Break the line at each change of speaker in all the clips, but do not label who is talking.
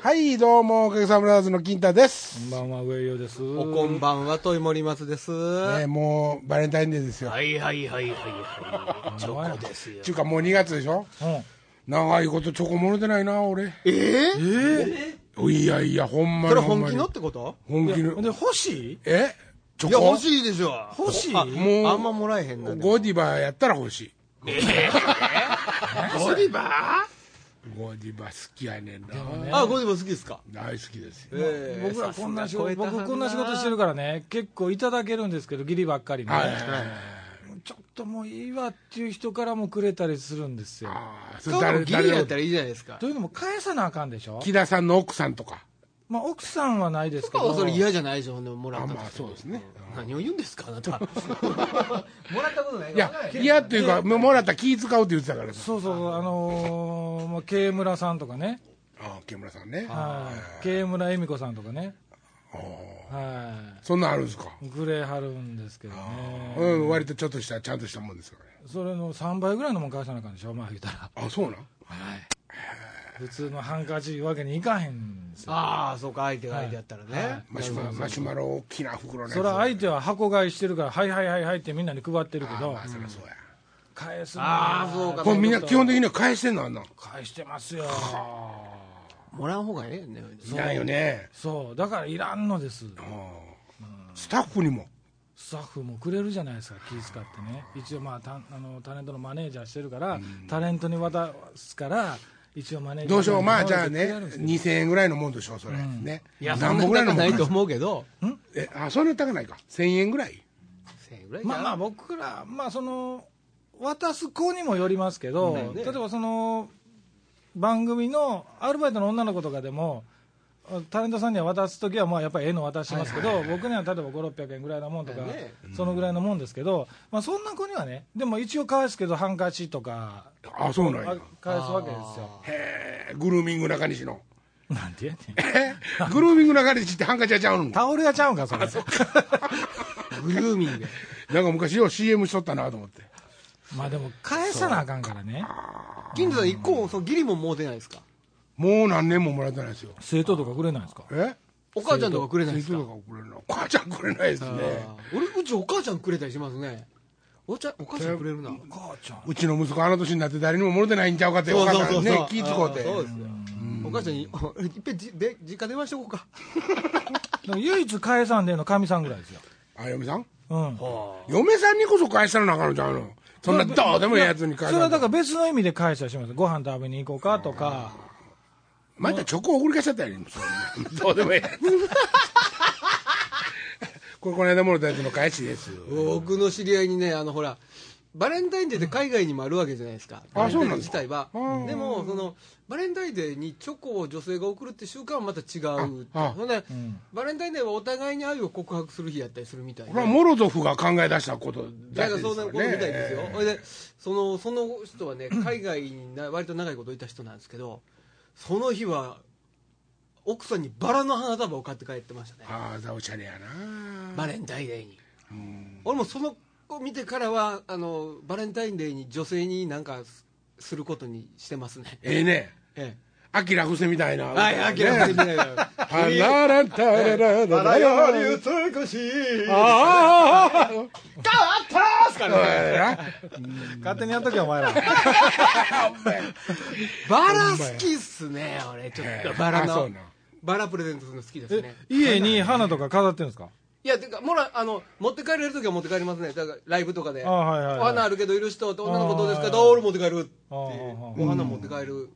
はい、どうも、おかげさまブラザーズの金太です。
こんばんは、上よです。
おこんばんは、といもりまつです。
ね、もう、バレンタインデーですよ。
はいはいはいはいはい。 チョコですよ
ちゅうか、もう2月でしょ
うん。
長いことチョコもろてないな、俺。ええいやいや、ほんま
そ
に
れ
ほん
本
ま
気
に。
のってこと
本気の
で、欲しい
えチ
い
ョ
や、
コ
欲しいでしょ。
欲しい
あ
もう
あんまもらえへんなんで。
ゴディバやったら欲しい。
ゴディバ
ゴディバ好きやねんな。
あ、ゴディバ好きですか
大好きですよ。
ええ
僕らこんな仕
さ
事、
すが超えた
僕こんな仕事してるからね、結構いただけるんですけど、ギリばっかりね、
はいはいはい。
ちょっともういいわっていう人からもくれたりするんですよ。
ああ、そ
使
れ
う
誰、
のギリ
誰
や
の
ったらいいじゃないですか
と。いうのも返さなあかんでしょ
木田さんの奥さんとか。
まあ奥さんはないですけ
そ
ど、
れ嫌じゃないでしょ、ほんでもら
あ、
った
まあ
として
そうですね。
何を言うんですか、あな た。もらったことない
いや、嫌っていうか、もうもらったら気使うって言ってたからさ。
そうそうそう、あのー、もう、K 村さんとかね、
ああ、木村さんね。
はい、K 村恵美子さんとかね、は
そんなんあるんですか
い、くれはるんですけどね、
うん、割とちょっとした、ちゃんとしたもんですよね。
それの3倍ぐらいのもん返さなあかんでしょ、まあ言うたら。
あ、そうなん
普通のハンカチいうわけにいかへんんですよ
ああ、そうか、相手が相手やったらね。
マシュマロ、マシュマロ大きな袋のやつ
それは相手は箱買いしてるから「はいはいはいはい」ってみんなに配ってるけど
まあ、そりゃそうや。
返すの
ああ、そうか。
これみんな基本的には返してんのあんな。
返してますよ
もらう方がええね。
いないよね。
そうだからいらんのです
スタッフにも。
スタッフもくれるじゃないですか気使ってね一応まあたあのタレントのマネージャーしてるからタレントに渡すから一応マネージャー
どうしよう、まあ
に
じゃあ
くれ
ね
るんです、よ
2000円ぐらいのもんでしょ、それ。ね。
いや、そん
何
な
本ぐらいの
高
も
ないと
ん
思うけど。
え、あ、そんな高ないか。1000円ぐらい
1000円ぐらいじゃ
ま
ん
あまあ僕らまあその渡す子にもよりますけど、
うん
例えばその番組のアルバイトの女の子とかでもタレントさんには渡す時はまあやっぱり絵の渡しますけど、僕には例えば5600円ぐらいのもんとか、
だね
そのぐらいのもんですけど、まあ、そんな子にはねでも一応返すけどハンカチとか
あ、そうなん
あ
や。
返すわけですよ
へえ、グルーミング中西の。
なんてやねん
えグルーミング中西ってハンカチはちゃうの
タオル屋ちゃうんかそ れ
グルーミング。
なんか昔よう CM しとったなと思って。
まあでも返さなあかんからね
金田さん、一個もそのギリももうてないですか
もう何年ももらってないですよ。
生徒とかくれないですか
え
お母ちゃんとかくれないです
水
か
とかくれない。お母ちゃんくれないですね。
あー俺、うちお母ちゃんくれたりしますね。お茶、お母ちゃんくれるな。
お母ちゃん
うちの息子あの年になって誰にももろてないんちゃうかってお母さんね気ぃつこうて
あーそうですよ。お母ちゃんに、 いっぺんじ、で、実家電話しとこうか。
だから唯一返さんでええのかみさんぐらいですよ
あ嫁さん
うん
嫁さんにこそ返したらなあかんのちゃうのそんなどうでもいいやつに返
それ
さ
はだ
ん
か
と
ら別の意味で返したりしますご飯食べに行こうかとか
またチョコ送り返しちゃったや んそんなどうでもいいやつこれこの間もろたやつの返しです
僕の知り合いにね、あの、ほら、バレンタインデーって海外にもあるわけじゃないですか。
あそうなんで
自
すか
体は。
うん
でも、その、バレンタインデーにチョコを女性が送るって習慣はまた違うって。
ああ
ほんで
ん、
バレンタインデーはお互いに愛を告白する日やったりするみたい
これは
な。
モロゾフが考え出したこと
な
だけで
んか
す
そん
か
なこと
ら
み
ね
たいですよ、それでそのその人はね、海外にな割と長いこといた人なんですけど、その日は奥さんにバラの花束を買って帰ってましたね、
ああざおしゃれやな
バレンタインデーに。俺もその子見てからはあの、バレンタインデーに女性になんかすすることにしてますね。
ええね
え
アキラフセみたいな
え、はい、あきら
ね
み たいな。
あららたららららら
美しい。
ああああああ
ますかね。
勝手にやっとけお前ら
バラ好きっすね、俺、ちょっとバラ
あそう
の
な。
バラプレゼントするの好きですね。
家に花とか飾ってるんですか
いや、てか、もら、あの、持って帰れるときは持って帰りますね。だから、ライブとかで。
あはいはいはい
お花あるけど、いる人、女の子どうです
あ
か
ー
どう俺持って帰るって。
あー
お花持って帰る。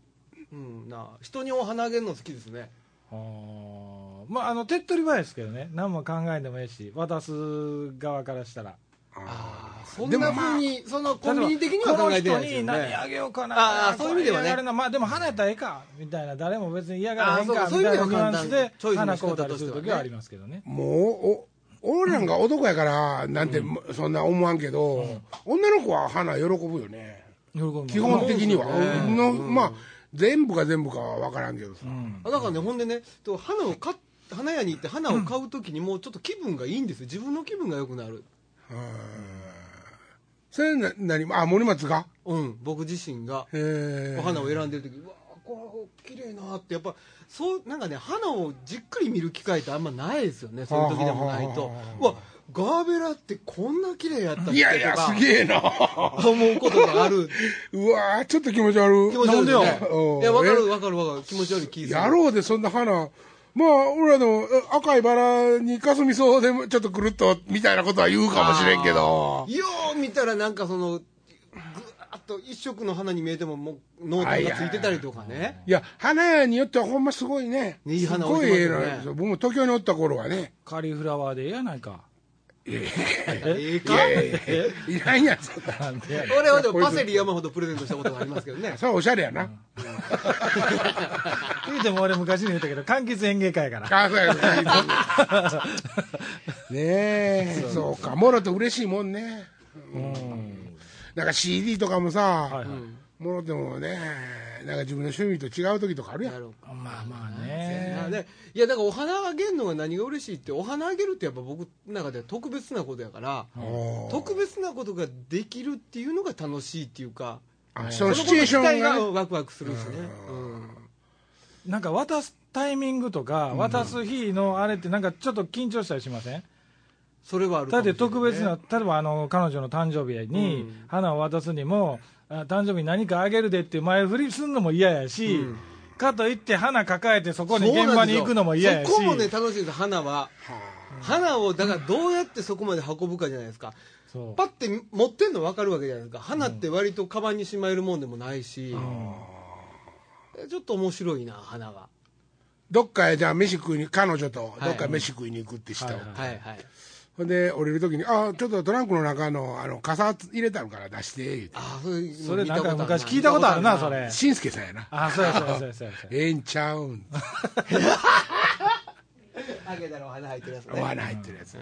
うん、なあ人にお花あげるの好きですね。
あーまああの手っ取り早いですけどね何も考えんでもええし渡す側からしたら
そんな風に、そのコンビニ的には考えてないです
この人
よ
に何あ
ね。
げようか
あ
な
ーそういう意味ではね
これやるなまあでも花やったらええかみたいな誰も別に嫌がらへん
あ
か
ーそう
みたい
そ
な
ういう意味
ニ
で
ュアンス
は簡単
で
チョイスの
花
仕方
買うたりする
としてはね
時はありますけどね
もうお俺なんか男やからなんてそんな思わんけど、女の子は花喜ぶよね
喜びます
基本的には、
そうですよね
のまあ全部が全部かは分からんけどさ、
あだからね、ほんでね、と花を買っ花屋に行って花を買うときにもうちょっと気分がいいんですよ。自分の気分が良くなる。
それな何あ森松が
うん、僕自身が
へえ
お花を選んでるとき、うわこれ綺麗なってやっぱそうなんかね花をじっくり見る機会ってあんまないですよねそういう時でもない
はあ
と
は
うわガーベラってこんな綺麗やったっけ
いやいや、
と
す
か
げえな。
思うことがある
うわーちょっと気持ち悪い。
気持ち悪いよね
うん
いやわかるわかるわかる気持ち悪い気する
やろうで、そんな花。まあ、俺らのえ赤いバラに霞そうで、ちょっとくるっと、みたいなことは言うかもしれんけど。
よう見たらなんかそのぐわーっと一色の花に見えてももう濃淡がついてたりとかね
いや、花屋によってはほんますごいね。
ねいい花
すごい
置い
ええ
てますよね
なんですよ。僕も東京におった頃はね。
カリフラワーでええやないか。
ええ
い
か
やいやいや、いらんやん、そんな。
なんでやねん
俺はでもパセリ山ほどプレゼントしたことがありますけどね
それはおしゃれやな。
言うても俺昔に言ったけど、柑橘園芸会やから。
あそうやね。ねえ、そうか。もろと嬉しいもんね。
うん。
なんか CD とかもさ、
はいはい。
もろてもね、なんか自分の趣味と違う時とかあるや
や
ん。
ろう
まあまあ
あ
ね。
ね、いやだからお花あげるのが何が嬉しいってお花あげるってやっぱ僕の中では特別なことやから
おー
特別なことができるっていうのが楽しいっていうか
あそのシチュエーションが
その
ね、
こと自体ワクワクするしね、うん
なんか渡すタイミングとか、渡す日のあれってなんかちょっと緊張したりしません
それはあるか
だ
も
っ
しれ
て
ない
特別な、例えばあの彼女の誕生日
う
に
ん
花を渡すにも、あ誕生日に何かあげるでって前振りするのも嫌やし、
うん
かといって花抱えてそこに
そうな
現
んですよ
場に行くのも嫌やし、
そこもね楽しいです花は花をだからどうやってそこまで運ぶかじゃないですか
そう
パッて持ってんの分かるわけじゃないですか花って割とカバンにしまえるもんでもないし、ちょっと面白いな花は
どっかへじゃあ飯食いに、彼女と
い
どっかへ飯食いに行くってしたわ
はいはい
はいはい
ほんで、降りる時に、あちょっとトランクの中のあの傘入れたのから出して、言うて。
あそれ
それなんか
見たことある
昔聞いたことあるな、そ れ。
しんすけさんやな。
あ、そうやそうやそうやそうや。
ええんちゃうん。
あげたらお花入ってるやつ
お
ね
花入ってるやつ。な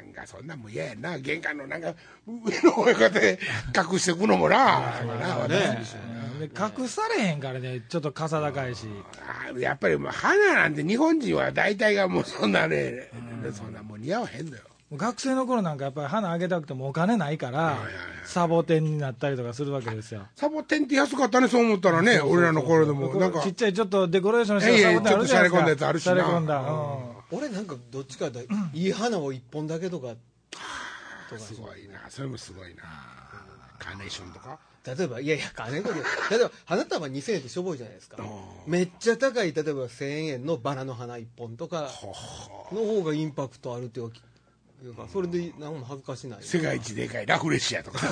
んかそんなんも嫌やな。玄関のなんか上の親方 で隠してくのもな。な私にしても
で隠されへんからね、ちょっと傘高いし、
あやっぱりまあ花なんて日本人は大体がもうそんなね、そんなもう似合わへんのよ。
学生の頃なんかやっぱり花あげたくてもお金ないから、サボテンになったりとかするわけですよ。
サボテンって安かったね、そう思ったらね、俺らの頃でも。なんか
ちっ、ちゃいちょっとデコレーションした
ええ
サボテンあるじ
ちょ
ゃないですか。
っと洒落込んだやつあるしな
洒落込んだ。う
俺なんかどっちかだいい花を一本だけとかとか
すごいな。それもすごいな。カーネーションとか。
例えばいやいや金子で例えば花束2000円ってしょぼいじゃないですかめっちゃ高い例えば1000円のバラの花一本とかの方がインパクトあるっていうかいうかそれで何も恥ずかしない
世界一でかいラフレシ アとか。
ん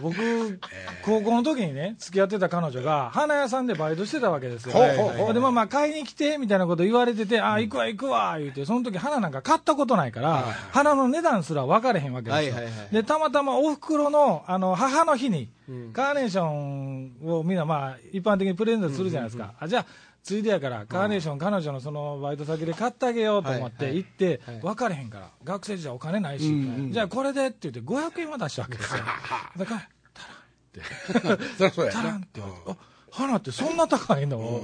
僕、高校の時にね、付き合ってた彼女が、花屋さんでバイトしてたわけですよ。
ほうほうほう
で、まあまあ、買いに来て、みたいなこと言われてて、あ、行くわ行くわ、言うて、その時花なんか買ったことないから、花の値段すら分かれへんわけですよ。
はいはいはい
で、たまたまお袋の、あの、母の日に
うん、
カーネーションをみんなまあ、一般的にプレゼントするじゃないですか。あ、じゃあ、ついでやから、カーネーション、彼女のそのバイト先で買ってあげようと思っ
はい
て
はい
行って
はい、
分かれへんから、学生時代お金ないし、じゃあこれでって言って500円は出したわけですよ。 だから、
そりゃそうや
タラン
な
って。言われて、あ花ってそんな高いの言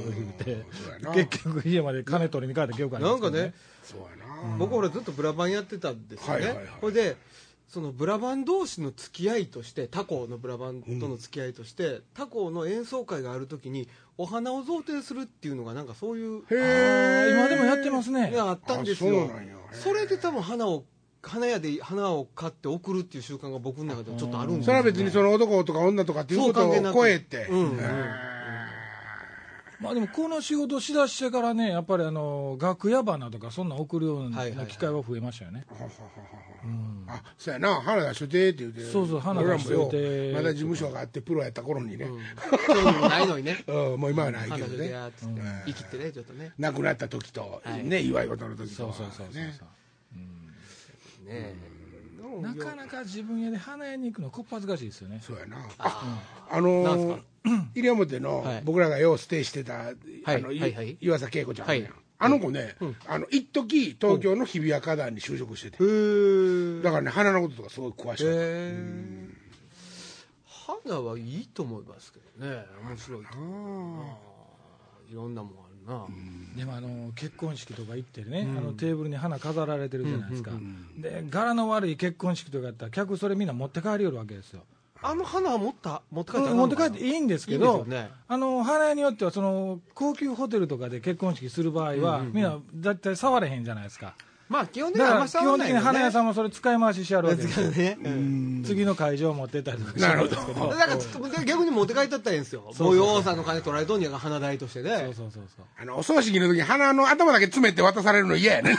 う
そうやな
て、結局家まで金取りに帰った記憶あり
な
ま
ん
すけ
か
ど
ね。
そうやな。
僕ほらずっとブラバンやってたんですよね、
はいはいはい
ほいでそのブラバン同士の付き合いとして他校のブラバンとの付き合いとして、他校の演奏会がある時にお花を贈呈するっていうのがなんかそういう
へ
あー
え。
今でもやってます
ね
ね。
あったんですよ
あそうなんや
それで多分花を花屋で花を買って送るっていう習慣が僕の中ではちょっとあるんです
それは別にその男とか女とかっていうこと
そう関係
を
なく
超えて。
うんうん
へー
まあでもこの仕事しだしてからね、やっぱりあの、楽屋花とかそんな送るような
はいはいはい
機会は増えましたよね。
あそうやな花出しといてって言うて
そうそう花
俺ら
出
も
しと
よ
いて
まだ事務所があってプロやった頃にね、
そういうのもないのにね
うん、もう今は ないけ
花
ど
女で
ね
やっつって生きてねちょっとね
亡くなった時と、
はい
ね祝い事の時と
そう
は
そうそうそう
ね
ねえ
なかなか自分家で花屋に行くのこっぱずかしいですよね。
そうやなああの
なん
ー
すか
西表の
はい
僕らがようステイしてた、あの
はいはい
岩佐恵子ちゃん、
はい
あの子ね、あの一時東京の日比谷花壇に就職してて、
へー
だからね花のこととかすごい詳しい、
へえ花はいいと思いますけどね面白いと思うないろんなもんあるな、
でもあの結婚式とか行ってね、あのテーブルに花飾られてるじゃないですか、で柄の悪い結婚式とかやったら、客、それみんな持って帰りよるわけですよ、
あの花は持った持って帰って
持って帰ってい
い
いんですけ
いい
ど
ですよね
あの花屋によってはその高級ホテルとかで結婚式する場合は、みんなだいたい触れへんじゃないですか
まあ基本的に
だ
は
か
あ
ら基
んま
本的に花屋さ
ん
んもそれ使い回ししやるわけですよ
ね、
次の会場持ってったりとかして
なるほど
け
だからちょっと逆に持って帰ったったらいいんですよ
そう
御
そう
用さんの金取られとんやが花代としてね
そうそうそうそう
あの、お葬式の時、鼻の頭だけ詰めて渡されるの嫌 やね。ね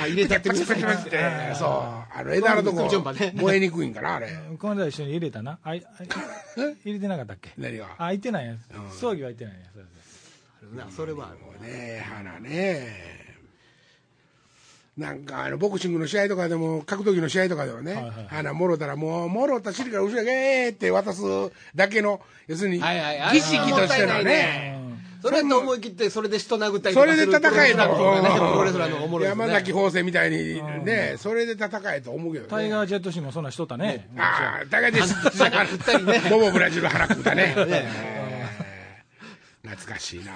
あ入れたって
パ
く
チ
だ
パチ
さい
パチって。そう。あの、枝のとこ
順番ね、
燃えにくいんかな、あれ。
この間一緒に入れたなあいあい入れてなかったっけ
何が
あ開いてないや葬儀は開いてないやそれで
なそれはある
ねえ、花ねなんかあのボクシングの試合とかでも格闘技の試合とかではね、
いはい
花もろたらもうもろた尻から後ろへえーって渡すだけの要するに
はいはいはい
儀式としての
もったいない
ね
ねそれと思い切ってそれで人殴ったり
そ
とか
れで
する
戦えと
プロレスラーの方がねプロレスラーの方がおもろいですね
山崎邦生みたいにねそれで戦えと思うけど
タイ
ね
ガー・ジェットシンもそんなんしとったね
ああ大概です
腹食ったりね
ももブラジル腹食ったね
ね
えー懐かしいな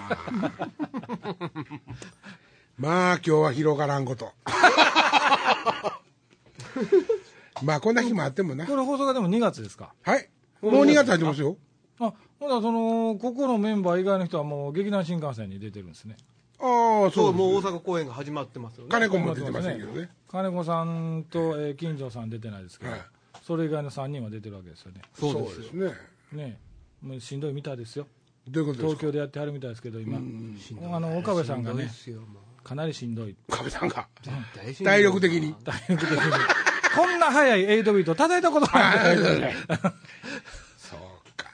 まあ今日は広がらんことまあこんな日もあってもな
これ放送がでも2月ですか
はいもう2月入ってますよ
あほなそのここのメンバー以外の人はもう劇団新幹線に出てるんですね
ああ
そ
そうう
もう大阪公演が始まってますよね
金子も出てませんけどね
金子さんと、えー金城さん出てないですけど、
はい
それ以外の3人は出てるわけですよね
そうですね
ねえもうしんどいみたいですよ
どういうことです
東
か
京でやってはるみたいですけど今あの岡部さんが
そうで
ね
すよもう
かなりしんどい
壁さんが
大事に
体力的に
大学的にこんな早い8ビート叩いたことない
そうか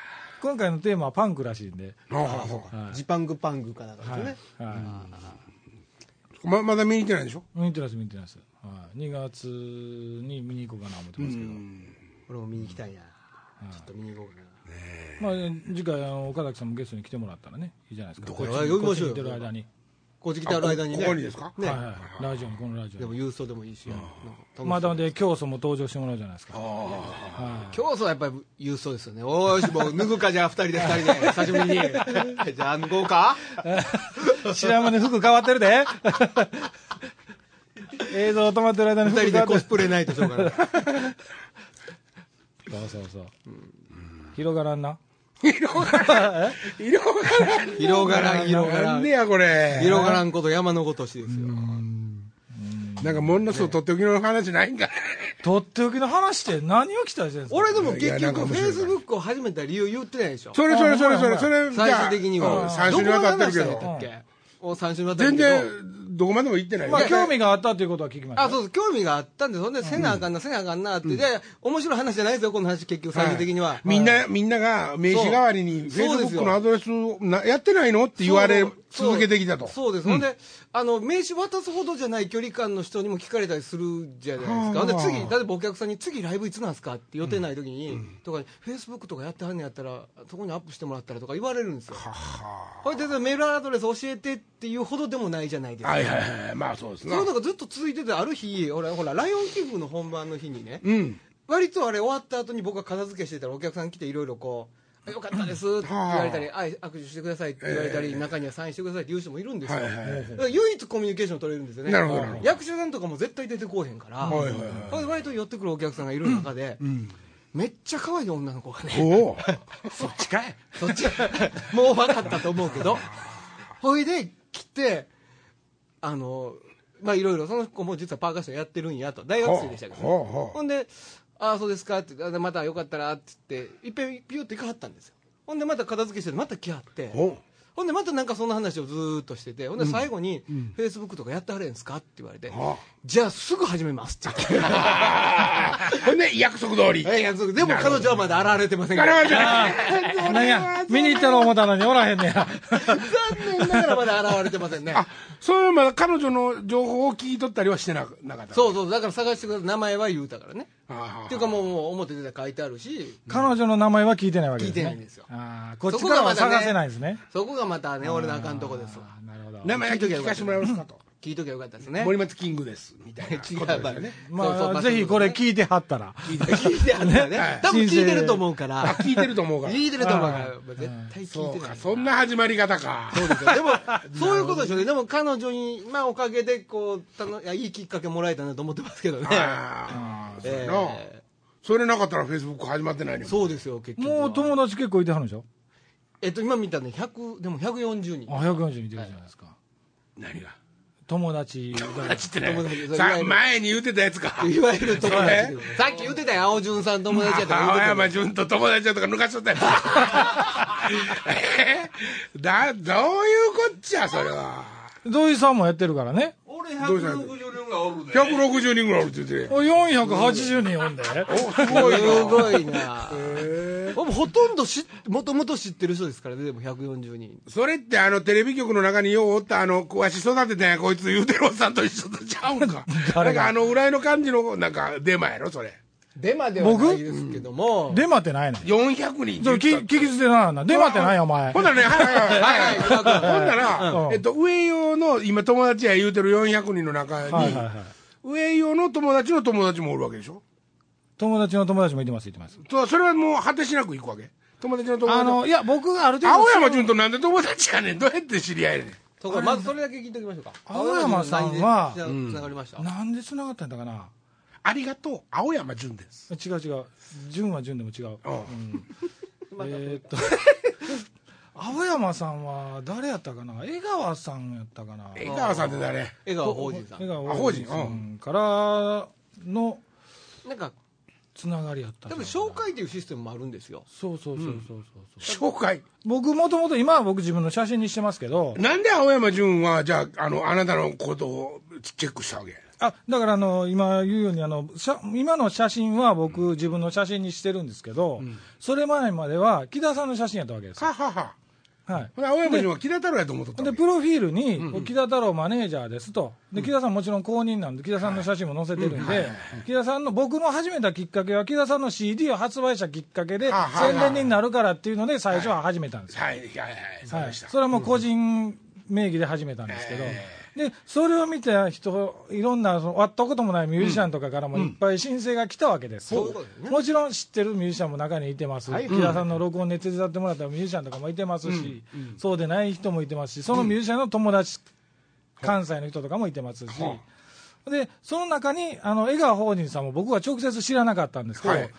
今回のテーマはパンクらしいんで、
ああそうか
ジパングパングかなんかです
はい
ね、
は
ままだ見に行ってないんでしょ
い、見てます見てます、はい、2月に見に行こうかな思ってますけど、
俺も見に行きたいな、ちょっと見に行こうかな
まあ、次回あの岡崎さんもゲストに来てもらったらねいいじゃないですか
こへ
っち
呼びましょう
こっちに来
よ
てる間に、
こっち来てある間にね
あここにですか
ね、
はいはい、ラジオにこのラジ
で
オ
も
に
郵送でもいいし、
まだで教祖も登場してもらうじゃないですか
競争はやっぱり郵送ですよねおーしもう脱ぐかじゃあ2人で2人 で久しぶりにじゃあ脱ごう か
白山で服変わってる で映像止まってる間に
2
服
人
変わ
で
って
コ
る
スプレないとしょう から
そうそうそう、広がらんな
色が色が
広がらん広が
な
ら
ん
ん
でやこれ
広がらんこと山のごとしですよ
なんかものすごいとっておきの話ないんか
とっておきの話って何を期待してるんですか
俺で
い
も
や
結
いやなんか
局
面
フ
白いから
ェイスブックを始めた理由言ってないでしょ
それそれそれそれ
あ
それ
最終的には
3週にわたってるけ
どこま
ど
で話したんやったっけお三週にわたって
全
るけど
然どこまでも行ってないよ
まあ
ね
興味があったということは聞きました
あ、そうそう、興味があったんで、そんで、せなあかんな、せなあかんなって、で、面白い話じゃないですよ、この話、結局、最終的には。
みんなみんなが名刺代わりにフ
そ
ェ
う
イ
そう
ス
で
ブ
す
ッ
よ
クのアドレスなやってないのって言われ
そう
続けてきたと
そうです。ほんで、あの、名刺渡すほどじゃない距離感の人にも聞かれたりするじゃないですか。
はあ
ほんで、次、例えばお客さんに、次ライブいつなんすかって予定ない時に、とかに、フェイスブックとかやってはんねやったら、そこにアップしてもらったらとか言われるんですよ。これで、メールアドレス教えてっていうほどでもないじゃないですか。
はいはいはいまあそうです
そ
な
ういうのがずっと続いてて、ある日、ほら、ほら、ライオンキングの本番の日にね、
うん
割とあれ終わった後に僕が片付けしてたらお客さん来ていろいろこう「あよかったです」って言われたり「あ握手してください」って言われたり、中にはサインしてくださいって言う人もいるんですよ、
はいはいはい
だから唯一コミュニケーション取れるんですよね
なるほどなるほど
役者さんとかも絶対出てこうへんから、
はいはいはい
これ割と寄ってくるお客さんがいる中で、めっちゃ可愛い女の子がね
おおそっちかい
そっちもう分かったと思うけどほいで来てあのまあいろいろその子も実はパーカッションやってるんやと大学生でしたけどね、
ほうほうほう
ほんで「ああそうですか」ってあ「またよかったら」って言っていっぺんピュッて行かはったんですよほんでまた片付けしてまた来はって
お
ほんでまたなんかそんな話をずーっとしててほんで最後に「フェイスブックとかやってはれんすか?」って言われて
あ
「じゃあすぐ始めます」って言 って
ほんで約束通り
ええ約束でも彼女はまだ現れてませんか
なる
ら
ほど
なんや見に行ったろう思ったのにおらへんねや
残念ながらまだ現れてませんね
あそういうまだ彼女の情報を聞いとったりはしてななかった
そううそうだから探してください名前は言うたからねっていうかもうもう表出たら書いてあるし
彼女の名前は聞いてないわけですね
聞いてないんですよ
あーこっちからは
そこがまだ
探
ね
せないですね
そこがまたね俺のあかんとこですわ
あーなるほど
名前だけ聞かせてもらえますかと
聞いときゃよかったですね
森松キングですみたいなことです
違
よ
うわね
ね。
そうそう
まあぜひこれ聞いてはったら
聞いてあったら
はい
ね。多分聞いてると思うから。
あ聞いてると思うから
聞いてると思うか
あ
ら。絶対聞い
そ
て
う
る
かそんな始まり方か
そうですよ。でも、 そういうことでしょうね。でも彼女に、まあおかげで、こう、たのいやいいきっかけもらえたなと思ってますけどね。
ああそうやな
え
それなかったらフェイスブック始まってないねん
そうですよ結局は
もう友達結構いてはるんでしょ
えっと今見たね100でも140人
あ140いてるじゃないですか、
何が
友達が
ちってね
友達
さ前に言ってたやつか
いわゆる友達
そ
さっき言ってたよ青潤さん友達やった
青
ら
山潤と友達だとか抜かしとったやつ えだどういうこっちゃそれは
土井さんもやってるからね
俺160人がおるで。
160人ぐらいおるって言って
お480人おんで、
お すごいな
すごいな僕ほとんど知っもともと知ってる人ですからねでも140人
それってあのテレビ局の中にようおったあのわし育てたんやこいつ言うてるおっさんと一緒とちゃうん かなんかあの裏の感じのなんかデマやろそれ
デマではないですけども
デマってないの
400人
ちょき聞き捨てならなデマってないよお前
ほんならね、はいはいはいはい。
はいはい
ほんなら
う、ん
えっと、上用の、今友達や言うてる400人の中
はい
に
はいはい、
上用の友達の友達もおるわけでしょ
友達の友達もいてますいてます
そそれはもう果てしなく行くわけ友達の友達
あ
の。
のいや僕がある程度
青山純となんで友達やねん。どうやって知り合えんねん。
ところまずそれだけ聞いておきましょうか
青山さんは
青山さんにつながりました
なんで繋がったんだかな
ありがとう、青山純です。
違う違う純は純でも違う
うん
えーっと 青山さんは誰やったかな江川さんやったかな
江川さんって誰
江川法人さ
江
ん
川
あ
王
法
子
人
さんからの
なんか
つながりやったんち
多
ゃう
分
かな
紹介っていうシステムもあるんですよ
そうそうそうそうそうそう
紹介。
僕もともと今は僕自分の写真にしてますけど
なんで青山純は、じゃあ、あの、あなたのことをチェックしたわけ
あだからあの今言うようにあのしゃ今の写真は僕自分の写真にしてるんですけど、それ前までは木田さんの写真やったわけですよ
ははは。
はい
ほな青山純は木田太郎やと思っとったわ
で
け。
プロフィールに、木田太郎マネージャーですと、で木田さん、もちろん公認なんで、木田さんの写真も載せてるんで、木田さんの僕の始めたきっかけは、木田さんの CD を発売したきっかけで
あ、はい
宣伝になるからっていうので、最初は始めたんですよ、
はい、はい、はい、そう
は
で
い、
した。
それはもう個人名義で始めたんですけど、でそれを見た人、いろんなその会ったこともないミュージシャンとかからもいっぱい申請が来たわけです、
そういうことですね
もちろん知ってるミュージシャンも中にいてます、木田さんの録音で手伝ってもらったミュージシャンとかもいてますし、そうでない人もいてますし、そのミュージシャンの友達、関西の人とかもいてますし。でその中にあの江川法人さんも僕は直接知らなかったんですけど、
はい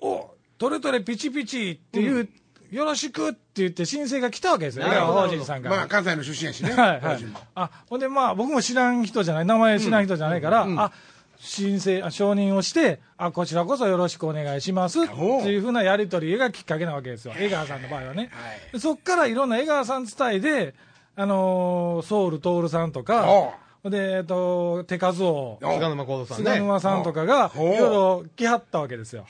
おトレトレピチピチっていう、よろしくって言って申請が来たわけですよ、江
なるほど
川法人さんか
まあ、
ら。
関西の出身やしね。
はいは
法
い
人も、
あほんで、まあ、僕も知らん人じゃない、名前知らん人じゃないから、あ申請あ承認をしてあ、こちらこそよろしくお願いしますって
おう
いうふうなやり取りがきっかけなわけですよ、江川さんの場合はね。でそっからいろんな江川さん伝いで、あのーソウル徹さんとか
おう、
ほんでえっと手数を
お
菅沼幸三
菅沼さんとかがい
おう
ろいろ来はったわけですよ。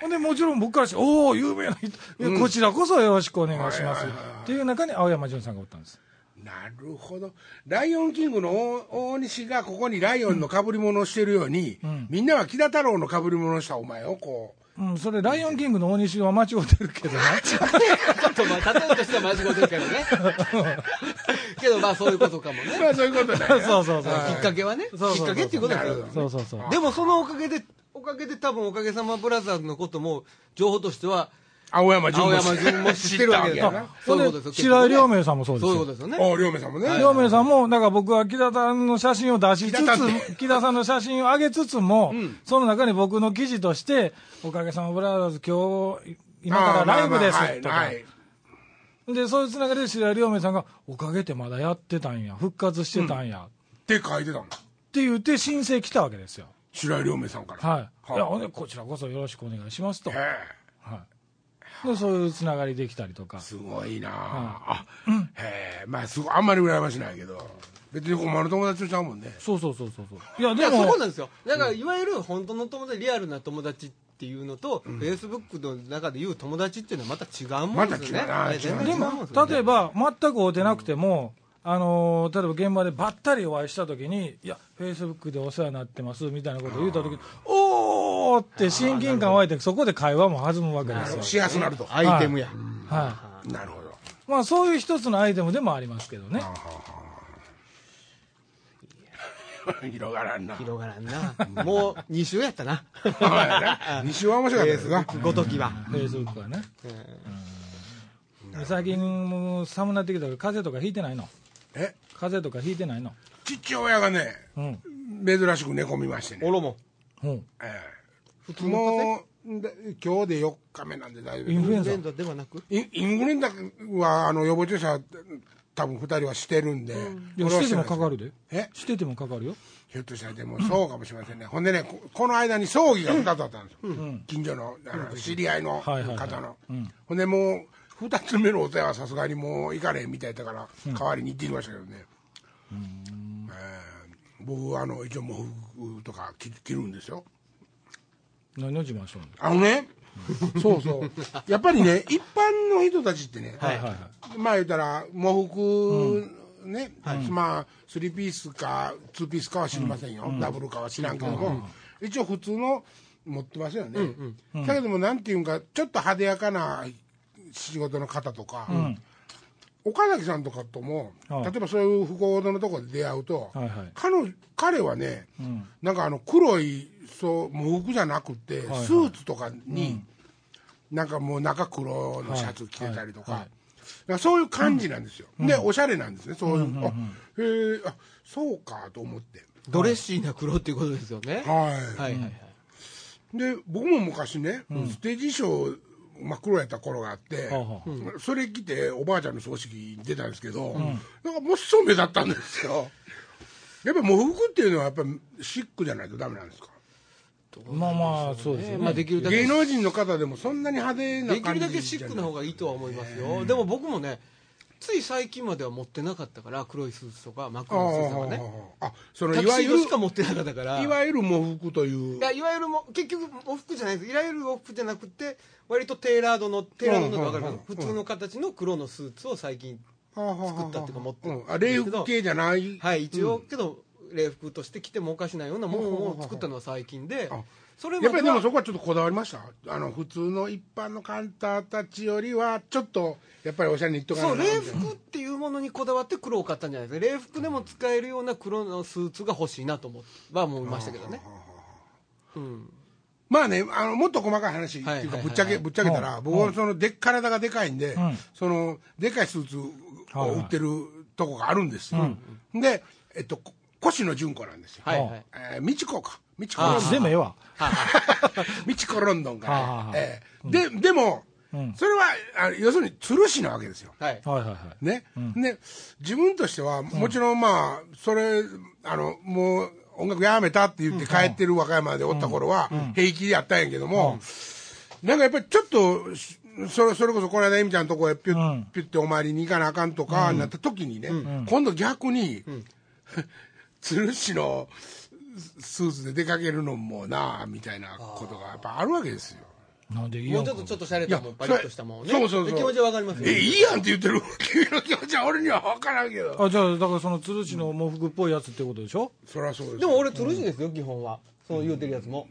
ほんでもちろん僕からして、おお、有名な人、いやこちらこそよろしくお願いしますっていう中に青山純さんがおったんです。
なるほど。ライオンキングの大大西がここにライオンの被り物をしてるように、みんなは木田太郎の被り物をしたお前をこう。
うん、それ、ライオンキングの大西は間違ってるけどね、
ちょっとまあ例えとしては間違ってるけどね けどまあそういうことかもね
まあそういうことだよ。
そうそうそう、
きっかけはねき
そうそうそう
っかけっていうことですよ
そうそうそう、
でもそのおかげで、おかげで多分おかげさまブラザーズのことも、情報としては、
青山純
青
も
山純も知ってるわけ
知
だ
たわ
よな。
そ
そういう
れ
こと
で
ですよ。
白井
結
亮
局ね
明さんもそうです
そういう
よ
こ、とですよ
け
ね。
どね。お両名さんもね。
亮明さんも、だから僕は木田さんの写真を出しつ
木田さんっ
つ、木田さんの写真を上げつつも、その中に僕の記事として、おかげさまブラザーズ、今日今からライブです
ああまあまあ
と
は
か
い、はい
でそういうつながりで白井亮明さんが、おかげってまだやってたんや、復活してたんや、っ
って書いてたの。
て言って、申請来たわけですよ、
白井両名さんから。
はい、いや
は
ほんでこちらこそよろしくお願いしますと
い。。へ
はい、でそういうつながりできたりとか
え、すごいなあ。へえ、まあすごい、あんまり羨ましないけど。別に困る友達とちゃうもんね。
そうそうそうそうそういや
い
で
や、そ
も
こなんですよ。だから、いわゆる本当の友達、リアルな友達っていうのと、Facebook の中で言う友達っていうのはまた違うもんですよ
また違
ね。
うな
ね全然
で
違うもんですよ
も
ね
例えば全く会うてなくても、あのー例えば現場でばったりお会いした時に「いやフェイスブックでお世話になってます」みたいなことを言うた時に「おー!」って親近感湧いてそこで会話も弾むわけです
し
よ、
やすなると。
アイテムや。
は
なるほど。
いまあ、そういう一つのアイテムでもありますけどね
広がらんな。
広がらんな。もう2週やったな。
はい西は面白かったですが。
ごときは。
フェイスブックはね、うん最近もう寒なってきたから風邪とかひいてないの
え
風邪とかひいてないの
父親がね、
うん
珍しく寝込みまして
お
ね、
ろも。
うん
え
普通の風
もう、だ今日で4日目なんで大
イ
丈夫
ンフルエ
邪
ンザ
インフルエンザではなく
インインフルエンザは、あの、予防注射、多分2人はしてるんで。
いや
俺
し
は
てて
な
も
い
かかるで
え
しててもかかるよ
ひょっとしたらでもそうかもしれませんね、ほんでね、ここの間に葬儀が2つあったんですよ、近所のあの知り合いの
はいはいはい
方の、ほんでもう、2つ目のお世話はさすがにもう行かれへんみたいだから、代わりに行ってきましたけどね、えー僕はあの一応、喪服とか着着るんですよ、
何の自慢しよ
あのね、そうそう、やっぱりね、一般の人たちってね、
うのはいはいはい
まあ言うたら、喪服、ね、まあ、スリーピースか、ツーピースかは知りませんよ、ダブルかは知らんけども、一応普通の持ってますよね。だけども、なんていうんか、ちょっと派手やかな仕事の方とか、岡崎さんとかとも、
はい
例えばそういう不幸のところで出会うと、
はいはい
彼の彼はね、なんかあの黒いそう喪服じゃなくて、
はい
スーツとかに、なんかもう中黒のシャツ着てたりとか、
はいは
だからそういう感じなんですよ、でおしゃれなんですねそういう、あへえあそうかと思って
ドレッシーな黒っていうことですよね
はい、
はいはいはい
で僕も昔ね、ステージ衣装真っ黒やった頃があって、
はあはあ
それ着ておばあちゃんの葬式に出たんですけど、なんかもっそう目立ったんですよ やっぱ喪服っていうのはやっぱシックじゃないとダメなんですか
まあまあそうですよね
まあできるだけ
芸能人の方でもそんなに派手な
でき
感
る
じ
だけシックな方がいいとは思いますよ、でも僕もねつい最近までは持ってなかったから黒いスーツとか真っ
あ
黒のスーツとかね
あああその
タ
い
キ
わ
シー
ゆ
ド
る
しか持ってなかったから
いわゆる喪服という
いやいわゆるも結局お服じゃないですいわゆるお服じゃなくて割とテーラードのテーラードのって分か
うん
る
うんう
普
ん
通の形の黒のスーツを最近
作
作ったっていうか持ってる
あ礼服系じゃない、
はい一応けど礼服として着てもおかしないようなものを作ったのは最近で
あ
それ
や
ま
っぱ
で
りでも
は
そこはちょっとこだわりましたあの普通の一般の方たちよりはちょっとやっぱりおしゃれにいっとかな
そう
な
礼服っていうものにこだわって黒を買ったんじゃないですか礼服でも使えるような黒のスーツが欲しいなと思は思いましたけどねうん
まあねあのもっと細かい話っていうか
はいはいはいはい
ぶっちゃけぶっちゃけたら、僕はそので体がでかいんで、
ん
そのでかいスーツを売ってるとこがあるんですよ、で、えっと、こ越野純子なんですよ、
はいはい
えー美智子か美智子
あ
ロン
どっ
ド
ち
ン
でもええわ
美智子ロンドン
はあ
か
はあはあ
ら、えーででも、
うん
それはあ要するに都留市なわけですよ
はい
はいはいはい
ね、で自分としてはもちろんまあそれあのもう音楽やめたって言って帰ってる和歌山でおった頃は平気でやったんやけども、なんかやっぱりちょっとしそれそれこそこの間エミちゃんのとこへピュ
うん
ッピュッてお参りに行かなあかんとかなった時にね、今度逆に、鶴市のスーツで出かけるのもなあみたいなことがやっぱあるわけですよ。
なんでいい
も
や
うんち
か
ょっとちょっとシャレたもんパリッとしたもんね
そうそうそう
気持ちはわかりますよ
えいいやんって言ってる 君の気持ちは俺には分からんけど
あじゃあだからその鶴市の喪服っぽいやつってことでしょ
そりゃそうですよ
でも俺るしですよ、基本はそう言うてるやつも、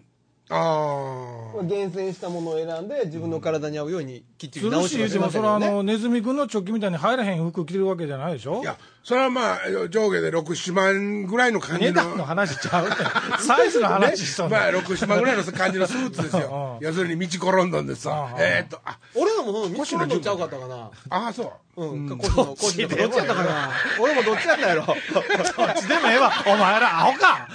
ああ
厳選したものを選んで自分の体に合うようにきっちり
鶴
直
市
して
言う
してま
も
した
そ
け
れは
ど
あ
ね
のネズミ君の直ョみたいに入らへん服着てるわけじゃないでしょ
いやそれはまあ上下で67万ぐらいの感じ
値
の
段の話しちゃうってサイズの話しと んねん
まあ67万ぐらいの感じのスーツですよ要するに道転んだんですさ
うん
えーっとあ
俺のもそのミシロンのちゃうかったかな
ああそう
うん、コシのコシのどっちやったかな俺もどっちやったやろ
どっちでもええわお前らアホか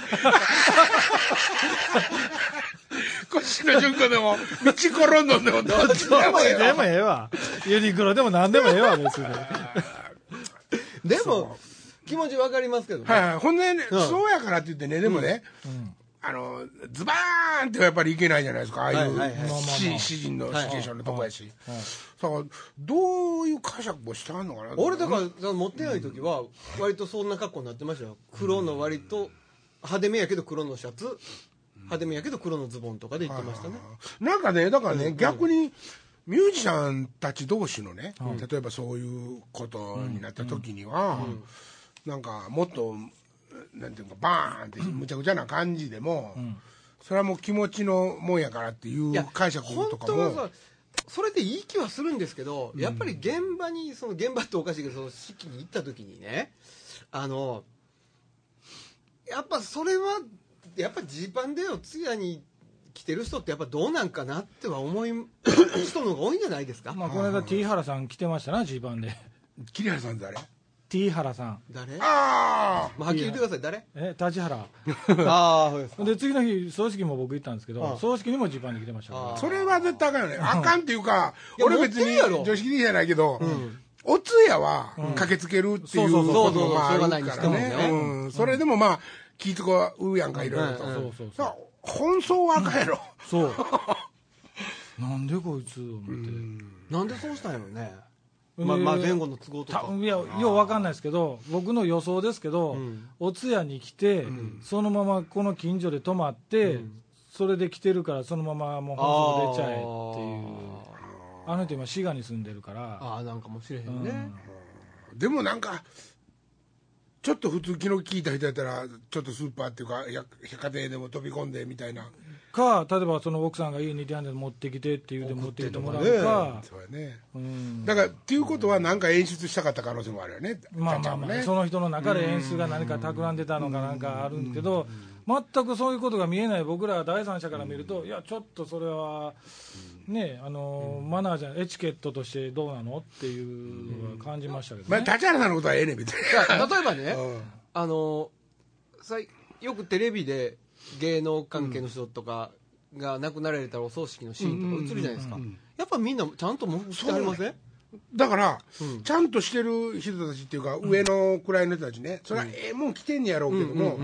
腰の順子でも道転んだんでもどっちで
ど
も
っ
ええ
ちで
わ
もええわユニクロでも何でもええわ別に
でも気持ちわかりますけどね、
はいはいほんでね
うん
そうやからって言ってねでもねあのズバーンってやっぱりいけないじゃないですかああい
はいはいは
う
い
し詩人のシチュエーションのとこやしだからどういう解釈をしたんのかな
俺だからその持ってない時は割とそんな格好になってましたよ黒の割と派手めやけど黒のシャツ派手めやけど黒のズボンとかで行ってましたね、
なんかね、だからね、逆にミュージシャンたち同士のね、例えばそういうことになった時には、なんかもっと、なんていうか、バーンってむちゃくちゃな感じでも、それはもう気持ちのもんやからっていう解釈
本
とか
当は
も
さ。それでいい気はするんですけど、やっぱり現場にその現場っておかしいけどその式に行った時にねあのやっぱそれはやっぱジーパンでよ通夜に来てる人ってやっぱどうなんかなっては思い人の方が多いんじゃないですか、
まあこの間 T 原さん着てましたなジーパンで
桐原さん誰
テ
T 原さん、
誰ま
あ
あはっきり言ってください誰
え立原、
ああそうですか
で次の日、葬式も僕行ったんですけど、
ああ
葬式にもジーパンで来てましたから、
あ
あ
それは絶対あかんよねあかんっていうか
いや
俺別
持って
に
るやろ
常識的じゃないけど、お通夜は駆けつけるっていう
そうそうそ
こ
う
ともまああ
そうそうそう
るから
しょうがないにして
ね、
も
うん、それでもまあ聞いてこうやんかいろいろと、
うん
そうそうそう
さあ本葬はあかんやろ、
そう なんでこいつ思って、
なんでそうしたんやろね
うん
まあまあ前後の都合と
た
か
いやようわかんないですけど僕の予想ですけど、
ん
お通夜に来て、そのままこの近所で泊まって、それで来てるからそのままもう放送出ちゃえっていうあの人今滋賀に住んでるから
ああなんかもしれへんね
でもなんかちょっと普通昨日聞いた人やったらちょっとスーパーっていうか百百貨店でも飛び込んでみたいな
か例えばその奥さんが家にいてはんで持ってきてって言うて持ってきてもらう
送ってと
か
そうやね
うん
だからっていうことはなんか演出したかった可能性もあるよね
まあ
ち
ま
ゃ
あ
んも
まあ、
ね
その人の中で演出が何か企んでたのかなんかあるんけど、全くそういうことが見えない僕ら第三者から見ると、いや、ちょっとそれは、ねあのマナーじゃないエチケットとしてどうなのっていうのは感じましたけど
まあ
ね、
立原さんのことはええねんみたい
いや例えばね
な、うん
あのさいよくテレビで芸能関係の人とかが亡くなられたお葬式のシーンとか映るじゃないですか、やっぱみんなちゃんともうしてありません
だから、ちゃんとしてる人たちっていうか、上の位の人たちね、それはええもん着てんねやろうけども、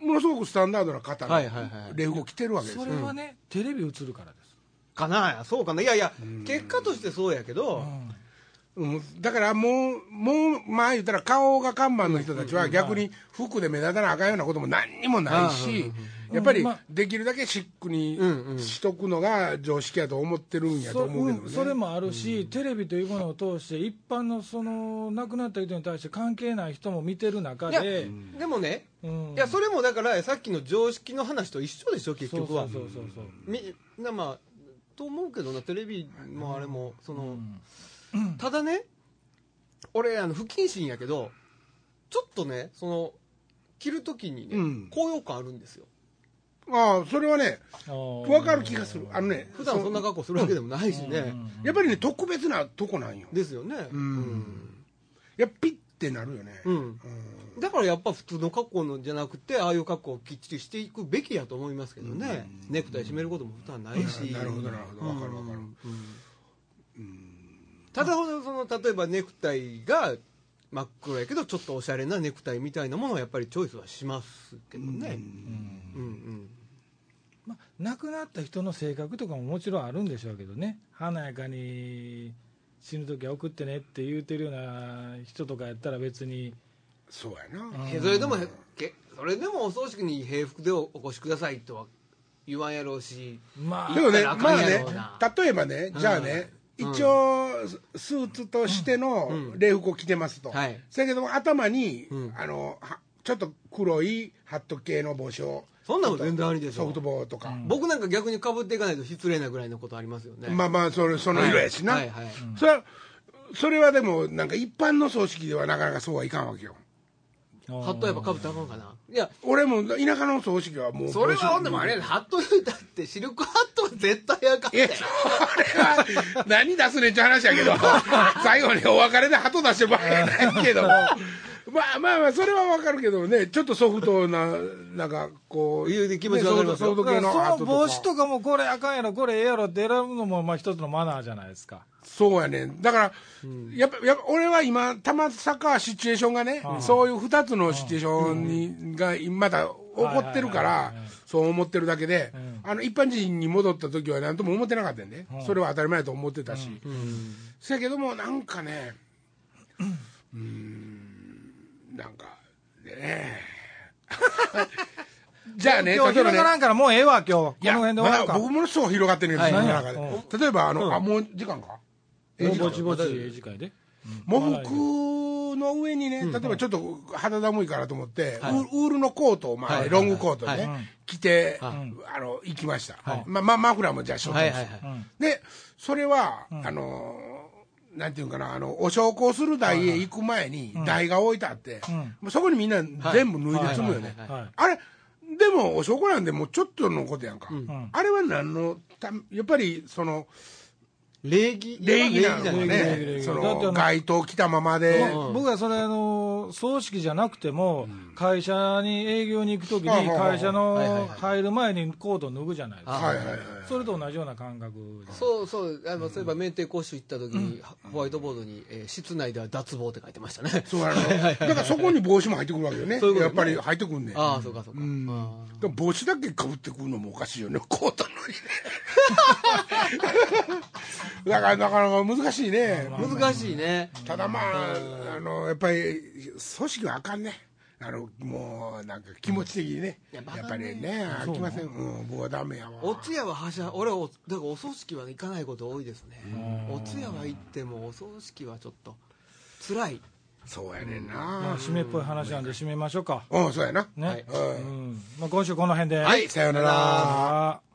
ものすごくスタンダードな方の
はいはいはい
礼服を着てるわけです
そ
よ
れ。はね、テレビ映るからです。
かなそうかないやいや、結果としてそうやけど、
うんだからもう、もう、まあ言ったら顔が看板の人たちは逆に服で目立たなあかんようなことも何にもないし、やっぱ
うん
り
まあ
できるだけシックに
んうん
しとくのが常識やと思ってるんやと
そ,、
思うけ
うん
ど
それ
ね。
もあるし、テレビというものを通して、一般のその亡くなった人に対して関係ない人も見てる中
いや
で、
でもね、
うん
いやそれもだからさっきの常識の話と一緒でしょ結
そう
局
そ
は
うそうそうそう。
みなまあと思うけどなテレビもあれもその、ただね俺あの不謹慎やけどちょっとねその着るときにね、
うん
高揚感あるんですよ
ああ、それはね、
分
わかる気がする。あのね、
普段そんな格好するわけでもないしね、
やっぱりね、特別なとこなんよ。
ですよね、
んやっぱピッてなるよね。
うん
うん
だからやっぱ普通の格好のじゃなくてああいう格好をきっちりしていくべきやと思いますけどね、ネクタイ締めることも普段ないし、
なるほどなるほどわかるわかる、
ただほどその例えばネクタイが真っ黒やけどちょっとおしゃれなネクタイみたいなものはやっぱりチョイスはしますけどねうんうん
まあ、亡くなった人の性格とかももちろんあるんでしょうけどね華やかに死ぬ時は送ってねって言うてるような人とかやったら別に
そうやな、
へそれでもけそれでもお葬式に平服でおお越しくださいとは言わんやろうし
ま
でもね
あ
言ったらあ
ま
か
あ
んや
ね
ろうな
例えばねじゃあね、一応スーツとしての礼服を着てますと、
はい
そやけども頭に、
ん
あのはちょっと黒いハット系の帽子を
そんなの全然ありでし
ソ
ょ
フトボーとか、
僕なんか逆にかぶっていかないと失礼なぐらいのことありますよね
まあまあそれその色やしな、
はいはいはい
それはそれはでもなんか一般の葬式ではなかなかそうはいかんわけよ
ハットはやっぱかぶったらあかんかないや
俺も田舎の葬式はもう
それはほんでもあれやでハットだってシルクハットは絶対あかんで
え、それは、何出すねんちゅう話やけど、 最後にお別れで鳩出してばっかやないけども、まあまあまあ、それはわかるけどね、ちょっとソフトな、なんかこう、
言うて気持ちわかりますよ
ねソフトソフト系の
その
鳩
帽子とかもこれあかんやろこれええやろって選ぶのもまあ一つのマナーじゃないですか
そうやねんだから、やっぱ、やっぱ俺は今、たまさかシチュエーションがね、そういう二つのシチュエーションに、が、まだ起こってるか
はいはいは
ら
いはい、
そう思ってるだけで
ん、
あの、一般人に戻った時は何とも思ってなかったんで、それは当たり前だと思ってたし。せやけども、なんかね、うーん、なんか、ねじゃあね、
今日
例えば
広
ね
がらんからもうええわ今日
い
この
や、
辺で
ま
終わる
だ
か
僕ものすごい広がってるんですよ、
はい
自分の中で。例えば、あの、あ、もう時間かえ
ぼちぼちええ時間で
喪服の上にね、例えばちょっと肌寒いからと思って、
はい
ウーウールのコートを、まあ
はい
ロングコートね、
は
着て、
はい
あの行きました、まあまあ、マフラーもじゃあしょっちゅうです、でそれは、あのーなんていうんかなあのお焼香する台へ行く前に台が置いてあって、もうそこにみんな全部脱いで積むよね
はいはいはい
はい
あれでもお焼香なんでもうちょっとのことやんか、あれは何のためやっぱりその
礼儀
礼儀なのが
礼儀じゃない
礼儀礼
ね
儀
そ
だってあ
の
の
街灯来たままで
僕僕はそれあの葬式じゃなくても、会社に営業に行くとき
はい
に
はいはい
会社
はいはいは
の
い
入る前にコートを脱ぐじゃないです
あ
か
はいはいはい
それと同じような感覚です
そうそうあのそういえば免停講習行った時に、ホワイトボードに、えー室内では脱帽って書いてましたね
そうやろだからそこに帽子も入ってくるわけよね
そういうことね
やっぱり入ってくんねん
ああそうかそうか、あ
でも帽子だけかぶってくるのもおかしいよね コートのにね だからなかなか難しいね
あ難しいね、
ただまああのやっぱり組織はあかんねあのもうなんか気持ち的にねやっぱりね飽きませんうん僕はダメやわ
お通夜ははしゃ俺おだからお葬式は行かないこと多いですねお通夜は行ってもお葬式はちょっと辛い
そうやねん
まあ
な
締めっぽい話なんで締めましょうか
うんそうやな
ね、
はい
うんまあ、今週この辺で
はいさようなら
さよなら